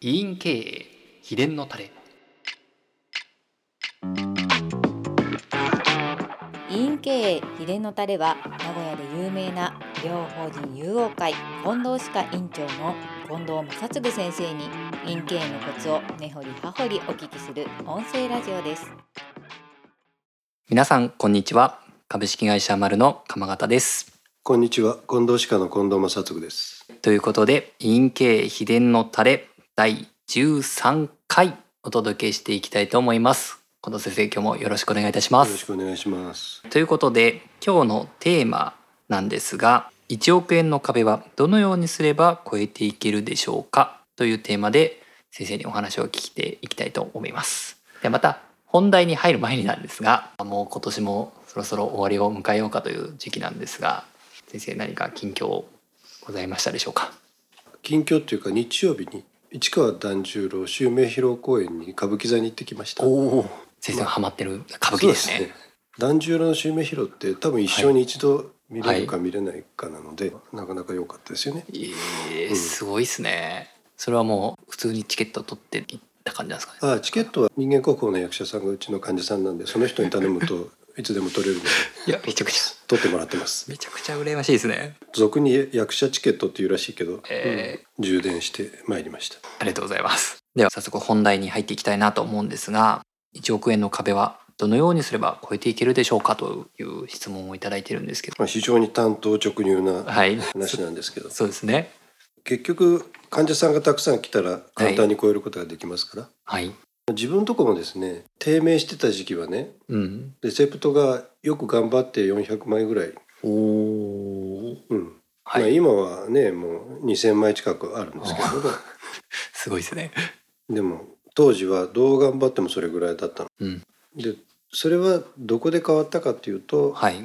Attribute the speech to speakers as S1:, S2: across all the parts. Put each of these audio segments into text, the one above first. S1: 委員経営秘伝のタレ
S2: 委員経営秘伝のタレは名古屋で有名な医療法人友王会近藤歯科院長の近藤正嗣先生に委員経営のコツを根掘り葉掘りお聞きする音声ラジオです
S1: 皆さんこんにちは株式会社丸の鎌形です
S3: こんにちは近藤歯科の近藤正嗣です
S1: ということで委員経営秘伝のタレ第13回お届けしていきたいと思います近藤先生今日もよろしくお願いいたし
S3: よ
S1: ま
S3: ろし
S1: す
S3: くお願いします
S1: ということで今日のテーマなんですが1億円の壁はどのようにすれば超えていけるでしょうかというテーマで先生にお話を聞いていきたいと思いますでまた本題に入る前になんですがもう今年もそろそろ終わりを迎えようかという時期なんですが先生何か近況ございましたでしょうか
S3: 近況というか日曜日に市川團十郎襲名披露公演に歌舞伎座に行ってきました
S1: おお先生がハマってる歌舞伎です
S3: そう
S1: ね
S3: 團十郎の襲名披露って多分一生に一度見れるか見れないかなので、なかなか良かったですよね
S1: えーすごいですねそれはもう普通にチケット取っていった感じなんですかね
S3: ああチケットは人間国宝の役者さんがうちの患者さんなんでその人に頼む といつでも取れるので
S1: いやめちゃくちゃ
S3: 取ってもらってます
S1: めちゃくちゃ羨ましいですね。
S3: 俗に役者チケットっていうらしいけど、
S1: え
S3: うん充電してまいりました
S1: ありがとうございます。では早速本題に入っていきたいなと思うんですが、1億円の壁はどのようにすれば超えていけるでしょうかという質問をいただいてるんですけど、
S3: まあ非常に単刀直入な
S1: はい、
S3: 話なんですけど
S1: そうですね。
S3: 結局患者さんがたくさん来たら簡単に超えることができますから、
S1: はい、
S3: 自分のとこもですね低迷してた時期はね
S1: うん、
S3: レセプトがよく頑張って400枚ぐらい、
S1: おお、
S3: うん
S1: は
S3: まあ、
S1: い、
S3: 今はねもう2,000枚近くあるんですけど
S1: すごいですね。
S3: でも当時はどう頑張ってもそれぐらいだったの。
S1: うん、
S3: でそれはどこで変わったかっていうと、
S1: はい、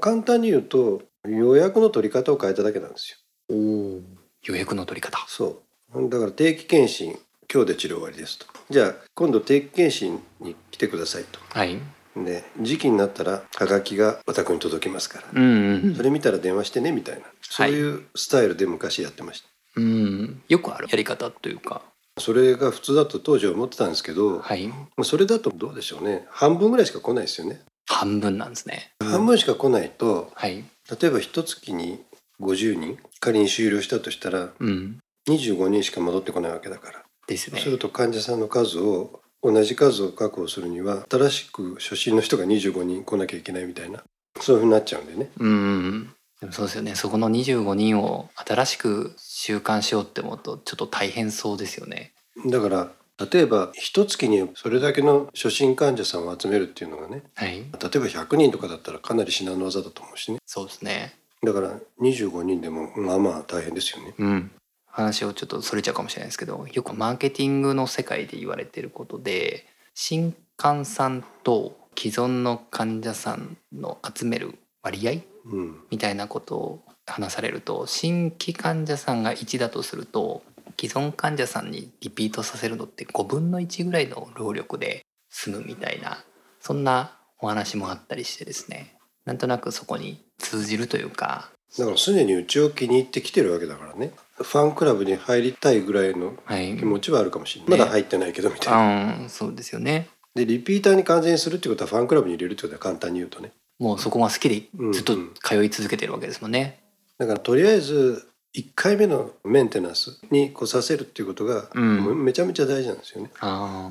S3: 簡単に言うと予約の取り方を変えただけなんですよ。
S1: おお、予約の取り方。
S3: そうだから定期検診今日で治療終わりですとじゃあ今度定期検診に来てくださいと
S1: はい、
S3: で時期になったらハガキがお宅に届きますから、
S1: うん、うん
S3: それ見たら電話してねみたいなそういうスタイルで昔やってました、
S1: うん、よくあるやり方というか、
S3: それが普通だと当時は思ってたんですけど、
S1: はい、
S3: それだとどうでしょうね半分ぐらいしか来ないですよね、
S1: 半分なんですね。
S3: 半分しか来ないと
S1: はい、
S3: 例えば一月に50人仮に終了したとしたら
S1: うん、
S3: 25人しか戻ってこないわけだから
S1: ですね
S3: す。ると患者さんの数を同じ数を確保するには新しく初診の人が25人来なきゃいけないみたいなそういうふうになっちゃうんでね
S1: うんでもそうですよねそこの25人を新しく習慣しようって思うとちょっと大変そうですよね。
S3: だから例えば一月にそれだけの初診患者さんを集めるっていうのがね
S1: はい、
S3: 例えば100人とかだったらかなり至難の技だと思うしね
S1: そうですね。
S3: だから25人でもまあまあ大変ですよね
S1: うん、話をちょっとそれちゃうかもしれないですけどよくマーケティングの世界で言われてることで新患さんと既存の患者さんの集める割合
S3: うん
S1: みたいなことを話されると新規患者さんが1だとすると既存患者さんにリピートさせるのって5分の1ぐらいの労力で済むみたいなそんなお話もあったりしてですねなんとなくそこに通じるというか
S3: だからすでにうちを気に入ってきてるわけだからねファンクラブに入りたいぐらいの
S1: はい
S3: 気持ちはあるかもしれない、
S1: ね
S3: まだ入ってないけどみたいな
S1: うんそうですよね
S3: でリピーターに完全にするってことはファンクラブに入れるってことは簡単に言うとね
S1: もうそこが好きでずっと
S3: うんうん
S1: 通い続けてるわけですもんね。
S3: だからとりあえず1回目のメンテナンスに来させるっていうことが
S1: うん
S3: もうめちゃめちゃ大事なんですよね。
S1: あ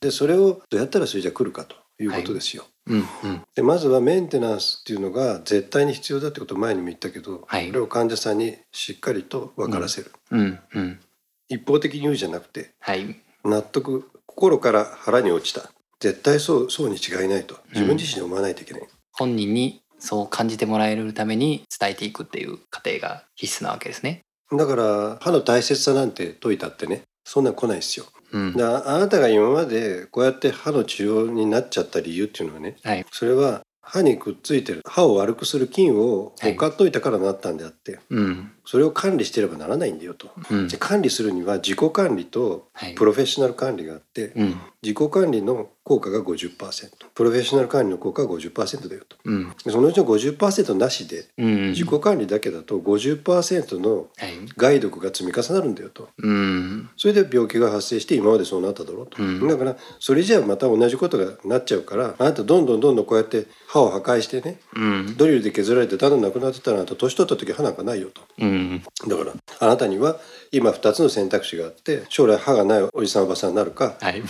S3: でそれをどうやったらそれじゃ来るかということですよ。
S1: ーうんうん
S3: でまずはメンテナンスっていうのが絶対に必要だってことを前にも言ったけど、
S1: はい
S3: それを患者さんにしっかりと分からせる、
S1: うんうん
S3: 一方的に言うじゃなくて
S1: はい
S3: 納得心から腹に落ちた絶対そうそうに違いないと自分自身で思わないといけない、
S1: 本人にそう感じてもらえるために伝えていくっていう過程が必須なわけですね。
S3: だから歯の大切さなんて解いたってねそんなん来ないですよ。
S1: うん、
S3: でああなたが今までこうやって歯の治療になっちゃった理由っていうのはね
S1: はい、
S3: それは歯にくっついてる歯を悪くする菌を
S1: はい
S3: 置かっといたからなったんであって、
S1: うん、
S3: それを管理してればならないんだよと。
S1: うん
S3: で管理するには自己管理と
S1: はい
S3: プロフェッショナル管理があって、
S1: うん
S3: 自己管理の効果が50%プロフェッショナル管理の効果が50%だよと
S1: うん
S3: でそのうちの50%なしで
S1: うん
S3: 自己管理だけだと50%の
S1: はい
S3: 害毒が積み重なるんだよと
S1: うん
S3: それで病気が発生して今までそうなっただろうと、
S1: うん
S3: だからそれじゃあまた同じことがなっちゃうからあなたどんどんどんどんこうやって歯を破壊してね
S1: うん
S3: ドリルで削られてだんだんなくなってたらあなた年取った時歯なんかないよと
S1: うん
S3: だからあなたには今2つの選択肢があって将来歯がないおじさんおばさんになるか
S1: はい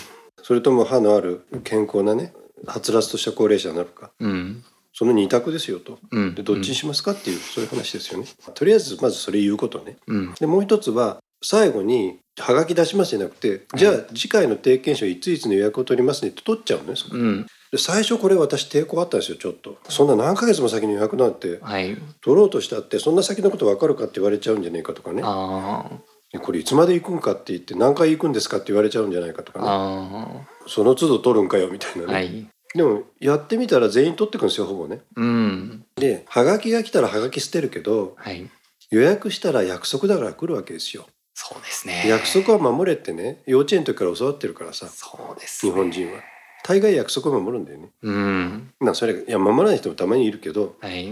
S3: それとも歯のある健康なねはつらつとした高齢者になるか
S1: うん
S3: その2択ですよと、
S1: うん
S3: でどっちにしますかっていう、そういう話ですよねとりあえずまずそれ言うことね
S1: うん
S3: でもう一つは最後に「はがき出します」じゃなくて「じゃあ次回の定見書いついつの予約を取りますね」って取っちゃうのねそこ
S1: うん
S3: で最初これ私抵抗あったんですよちょっとそんな何ヶ月も先に予約なんて
S1: はい
S3: 取ろうとしたってそんな先のこと分かるかって言われちゃうんじゃないかとかね
S1: あー
S3: でこれいつまで行くんかって言って何回行くんですかって言われちゃうんじゃないかとかね
S1: あ
S3: その都度取るんかよみたいな
S1: ー
S3: ね、
S1: はい
S3: でもやってみたら全員取ってくんですよほぼね
S1: うん
S3: でハガキが来たらハガキ捨てるけど
S1: はい
S3: 予約したら約束だから来るわけですよ
S1: そうですね
S3: 約束は守れってね幼稚園の時から教わってるからさ
S1: そうです
S3: 日
S1: ね
S3: 本人は大概約束を守るんだよね
S1: うん
S3: なそれいや守らない人もたまにいるけど
S1: はい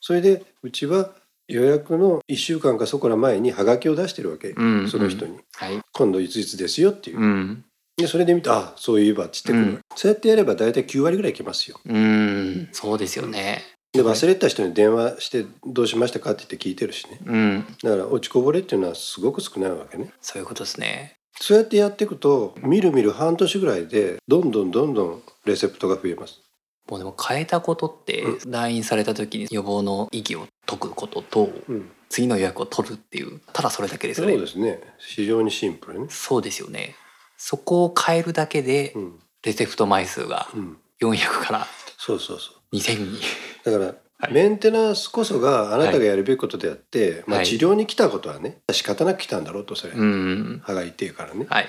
S3: それでうちは予約の1週間かそこら前にハガキを出してるわけ、
S1: うん
S3: その人に
S1: はい
S3: 「今度いついつですよ」っていう、
S1: うん
S3: でそれで見て「あそういえば」っつってくる、
S1: うん
S3: そうやってやれば大体9割ぐらい来ますよ
S1: うんそうですよね
S3: で忘れた人に電話して「どうしましたか?」って言って聞いてるしね
S1: うん
S3: だから落ちこぼれっていうのはすごく少ないわけね
S1: そういうことですね
S3: そうやってやっていくとみるみる半年ぐらいでどんどんどんどんレセプトが増えます
S1: もうでも変えたことって
S3: う
S1: 来院された時に予防の意義を解くことと
S3: うん
S1: 次の予約を取るっていうただそれだけです
S3: そう
S1: よね
S3: ですね非常にシンプルね
S1: そうですよねそこを変えるだけで
S3: うん
S1: レセプト枚数が
S3: うん
S1: 400から
S3: そうそうそう
S1: 2000に
S3: だから、
S1: はい
S3: メンテナンスこそがあなたがやるべきことであって、ま
S1: は
S3: あ、
S1: い
S3: 治療に来たことはね仕方なく来たんだろうとそれ、
S1: うん
S3: 歯が痛いからね
S1: はい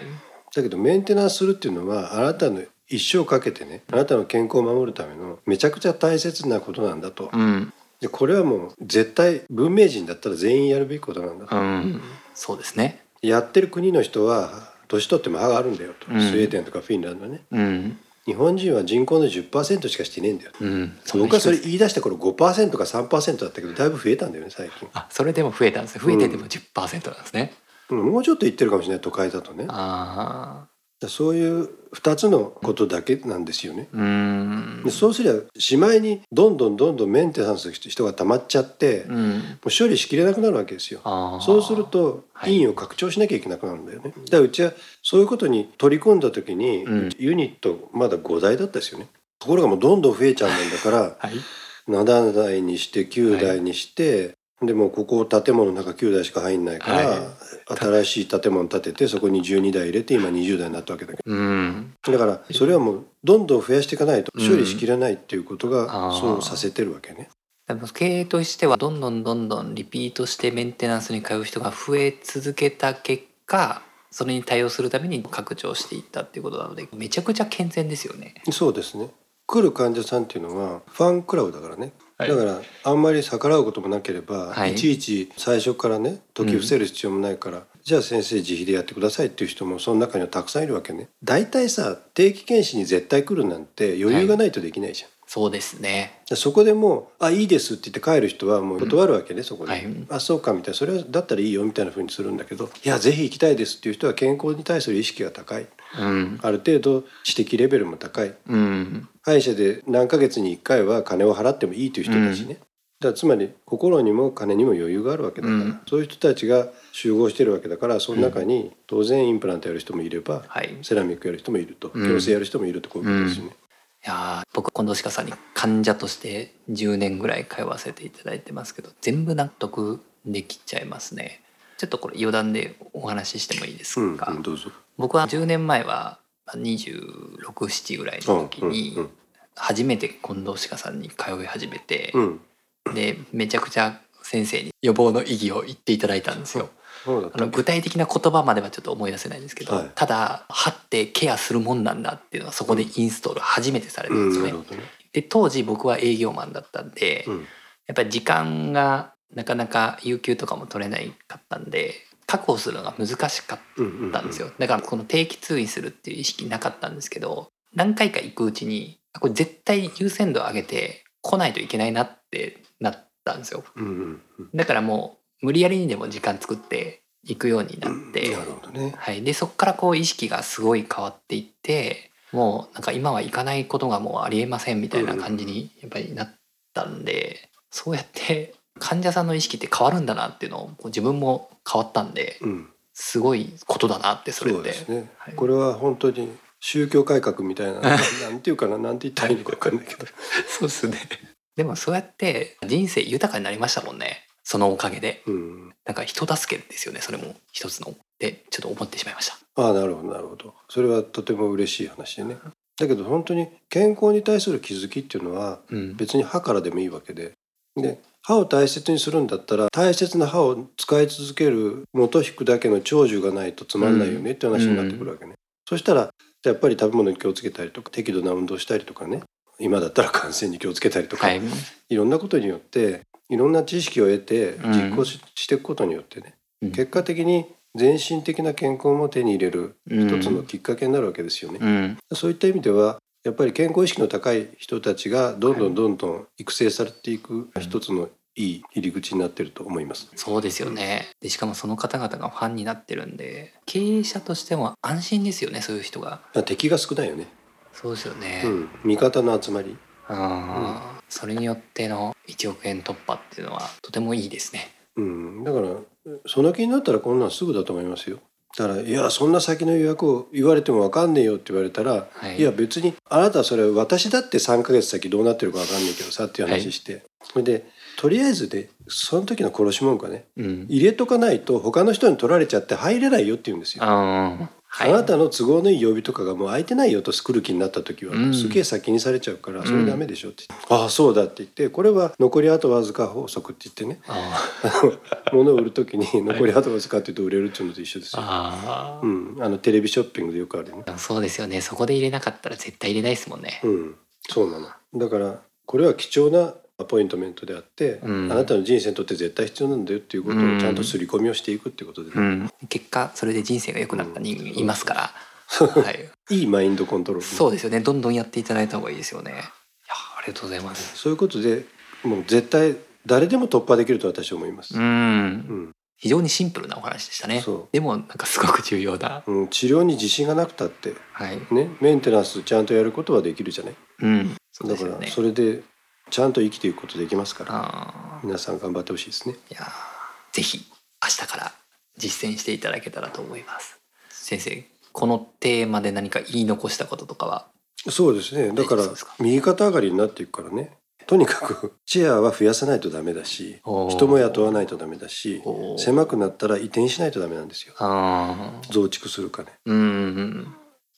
S3: だけどメンテナンスするっていうのはあなたの一生かけてねあなたの健康を守るためのめちゃくちゃ大切なことなんだと、
S1: うん
S3: でこれはもう絶対文明人だったら全員やるべきことなんだと、
S1: うんそうですね
S3: やってる国の人は年取っても歯があるんだよと、
S1: うん
S3: スウェーデンとかフィンランドね
S1: うん
S3: 日本人は人口の10%しかしてねえんだよ
S1: うんんな
S3: 僕はそれ
S1: 人です
S3: 言い出した頃5%か3%だったけどだいぶ増えたんだよね最近
S1: あそれでも増えたんですね増えてでも10%なんですね、
S3: うんもうちょっと言ってるかもしれない都会だとね
S1: ああ
S3: そういう2つのことだけなんですよね
S1: うーん
S3: でそうすればしまいにどんどんどんどんメンテナンスの人が溜まっちゃって、もう
S1: うん
S3: 処理しきれなくなるわけですよ
S1: あー
S3: そうすると
S1: はい
S3: 院を拡張しなきゃいけなくなるんだよね、だからうちはそういうことに取り組んだ時に、
S1: うん
S3: ユニットまだ5台だったですよねところがもうどんどん増えちゃうんだから
S1: はい
S3: 7台にして9台にして、でもうここ建物の中9台しか入んないから、
S1: は
S3: 新しい建物建ててそこに12台入れて今20台になったわけだけ
S1: うん
S3: どだからそれはもうどんどん増やしていかないと
S1: うん
S3: 処理しきれないっていうことが
S1: あー
S3: そうさせてるわけね。
S1: でも経営としてはどんどんどんどんリピートしてメンテナンスに通う人が増え続けた結果それに対応するために拡張していったっていうことなのでめちゃくちゃ健全ですよね。
S3: そうですね来る患者さんっていうのはファンクラブだからね、
S1: はい
S3: だからあんまり逆らうこともなければ、
S1: はい
S3: い、ちいち最初からね解き伏せる必要もないから、じゃあ先生自費でやってくださいっていう人もその中にはたくさんいるわけね大体さ定期検診に絶対来るなんて余裕がないとできないじゃん、
S1: そうですね。
S3: でそこでもう「あいいです」って言って帰る人はもう断るわけね、そこで「
S1: はい
S3: あそうか」みたいなそれはだったらいいよみたいな風にするんだけど「いやぜひ行きたいです」っていう人は健康に対する意識が高い
S1: うん。
S3: ある程度知的レベルも高い
S1: うん。
S3: 歯医者で何ヶ月に1回は金を払ってもいいという人たちね、だからつまり心にも金にも余裕があるわけだから、
S1: うん
S3: そういう人たちが集合してるわけだからその中に当然インプラントやる人もいれば、
S1: はい。
S3: セラミックやる人もいると
S1: うん
S3: 矯正やる人もいるとこういうことですよね。
S1: いやー僕近藤鹿さんに患者として10年ぐらい通わせていただいてますけど全部納得できちゃいますねちょっとこれ余談でお話ししてもいいです
S3: うん
S1: か、
S3: うんどうぞ、
S1: 僕は10年前は267ぐらいの時に
S3: うんうん
S1: 初めて近藤鹿さんに通い始めて
S3: う、ん、
S1: でめちゃくちゃ先生に予防の意義を言っていただいたんですよ。
S3: そうだっ
S1: あ
S3: た
S1: の具体的な言葉まではちょっと思い出せないんですけど、
S3: はい
S1: ただ歯ってケアするもんなんだっていうのはそこでインストール初めてされた
S3: うん
S1: です
S3: ん
S1: よ
S3: な
S1: ね。
S3: るほどね、
S1: で当時僕は営業マンだったんで、
S3: う
S1: や
S3: ん
S1: っぱり時間がなかなか有給とかも取れないかったんで確保するのが難しかっ
S3: うんうんうん
S1: たんですよだからこの定期通院するっていう意識なかったんですけど何回か行くうちにあこれ絶対優先度上げて来ないといけないなってなったんですよ
S3: うんうんうん
S1: だからもう無理やりにでも時間作って行くようになって、
S3: なるほどね。
S1: はい、でそこからこう意識がすごい変わっていってもうなんか今は行かないことがもうありえませんみたいな感じにやっぱりなったんで、そうやって患者さんの意識って変わるんだなっていうのをこう自分も変わったんで
S3: うん、
S1: すごいことだなってそれっ
S3: そう
S1: て
S3: ですね。
S1: はい
S3: これは本当に宗教改革みた いななんていうかななんて言ったらいいのか分かんないけど。
S1: そうですねでもそうやって人生豊かになりましたもんねそのおかげで
S3: うん、
S1: なんか人助けですよねそれも一つのってちょっと思ってしまいました
S3: ああなるほどなるほど。それはとても嬉しい話でね。だけど本当に健康に対する気づきっていうのは
S1: うん
S3: 別に歯からでもいいわけで。で歯を大切にするんだったら大切な歯を使い続ける元引くだけの長寿がないとつまんないよねって話になってくるわけね、そしたらやっぱり食べ物に気をつけたりとか適度な運動したりとかね今だったら感染に気をつけたりとか、
S1: はい
S3: いろんなことによっていろんな知識を得て実行し,、ていくことによってね、
S1: うん
S3: 結果的に全身的な健康も手に入れる一つのきっかけになるわけですよね、
S1: うん
S3: そういった意味ではやっぱり健康意識の高い人たちがどんどんどんどん育成されていく一つのいい入り口になってると思います。
S1: そうですよねでしかもその方々がファンになってるんで経営者としても安心ですよねそういう人が
S3: まあ敵が少ないよね。
S1: そうですよね、
S3: うん、味方の集まり。
S1: あーそれによっての1億円突破っていうのはとてもいいですね
S3: うん、だからその気になったらこんなんすぐだと思いますよ。だからいやそんな先の予約を言われてもわかんねえよって言われたら、
S1: はい
S3: い、や別にあなたそれ私だって3ヶ月先どうなってるかわかんないけどさっていう話して、それでとりあえずでその時の殺し文句はね
S1: うん
S3: 入れとかないと他の人に取られちゃって入れないよって言うんですよ。
S1: あーは
S3: あ
S1: い
S3: なたの都合のいい曜日とかがもう空いてないよと来る気になった時は、
S1: うん
S3: すげえ先にされちゃうから
S1: ん
S3: それダメでしょって、ああそうだって言ってこれは残りあとわずか法則って言ってね
S1: あ
S3: 物を売る時 に残りあとわずかって言うと売れるっていうのと一緒です
S1: ー
S3: よ、
S1: あ
S3: うん、あのテレビショッピングでよくあるね
S1: ーそうですよねそこで入れなかったら絶対入れないですもんね、
S3: うん、そうなのだからこれは貴重なアポイントメントであって、
S1: うん
S3: あなたの人生にとって絶対必要なんだよっていうことをちゃんと刷り込みをしていくっていうことでね、
S1: うん、結果それで人生が良くなった人間いますから、はい、
S3: いいマインドコントロールね
S1: そうですよねどんどんやっていただいた方がいいですよねいやありがとうございます
S3: そういうことでもう絶対誰でも突破できると私は思います、
S1: うん
S3: うん
S1: 非常にシンプルなお話でしたね
S3: そう
S1: でもなんかすごく重要だ
S3: うん、治療に自信がなくたって
S1: はい
S3: ねメンテナンスちゃんとやることはできるじゃない、
S1: うんそう
S3: だ
S1: で
S3: か
S1: すよ
S3: ら
S1: ね
S3: それでちゃんと生きていくことできますから
S1: あ
S3: 皆さん頑張ってほしいですね
S1: ーいやーぜひ明日から実践していただけたらと思います先生このテーマで何か言い残したこととかは
S3: そうですねだから
S1: そうですか
S3: 右肩上がりになっていくからねとに かくチェアは増やさないとダメだし
S1: おー
S3: 人も雇わないとダメだし
S1: おー
S3: 狭くなったら移転しないとダメなんですよ
S1: あー
S3: 増築するかね
S1: うん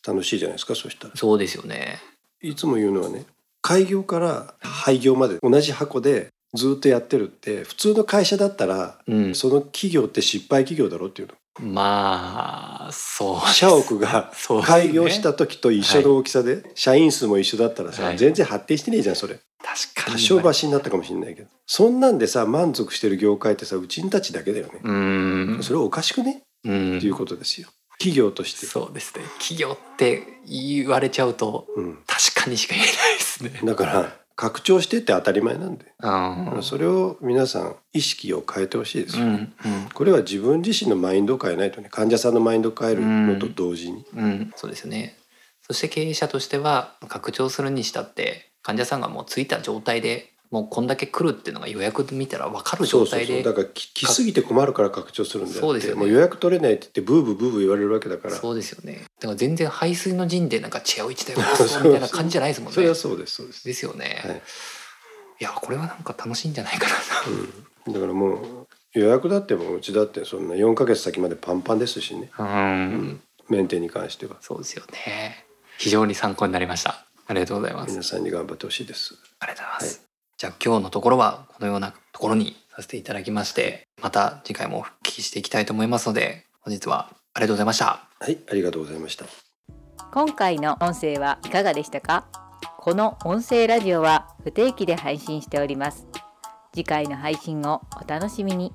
S3: 楽しいじゃないですかそしたら
S1: そうですよね
S3: いつも言うのはね開業から廃業まで同じ箱でずっとやってるって普通の会社だったら
S1: うん
S3: その企業って失敗企業だろっていうの
S1: まあそうです
S3: 社屋が
S1: そうですね
S3: 開業した時と一緒の大きさで、社員数も一緒だったらさ、
S1: はい
S3: 全然発展してねえじゃんそれ
S1: 確かに
S3: 多少橋になったかもしれないけどそんなんでさ満足してる業界ってさうちんたちだけだよね、
S1: うん
S3: それはおかしくね
S1: うん
S3: っていうことですよ企業として、
S1: そうですね企業って言われちゃうと
S3: うん、
S1: 確かにしか言えないですね
S3: だから拡張してって当たり前なんで、
S1: うん
S3: それを皆さん意識を変えてほしいです
S1: う
S3: よ、
S1: ん
S3: これは自分自身のマインドを変えないとね患者さんのマインドを変えるのと同時に、
S1: うんうんそうですよねそして経営者としては拡張するにしたって患者さんがもうついた状態でもうこんだけ来るっていうのが予約見たら分かる
S3: そう
S1: 状
S3: そう
S1: 態
S3: そう
S1: で
S3: だからき来すぎて困るから拡張するんだよ
S1: そうですよね
S3: もう予約取れないって言ってブーブーブーブー言われるわけだから
S1: そうですよねだから全然排水の陣でなんかチェアを一台渡 そうみたいな感じじゃないですもんね
S3: それはそうですそうです、
S1: ですよね、
S3: はい
S1: い、やこれはなんか楽しいんじゃないかな
S3: うん、だからもう予約だってもううちだってそんな4ヶ月先までパンパンですしね
S1: うん
S3: メンテに関しては
S1: そうですよね非常に参考になりましたありがとうございます
S3: 皆さんに頑張ってほしいです
S1: ありがとうございます。じゃあ今日のところはこのようなところにさせていただきまして、また次回もお聞きしていきたいと思いますので、本日はありがとうございました。
S3: はいありがとうございました
S2: 今回の音声はいかがでしたかこの音声ラジオは不定期で配信しております次回の配信をお楽しみに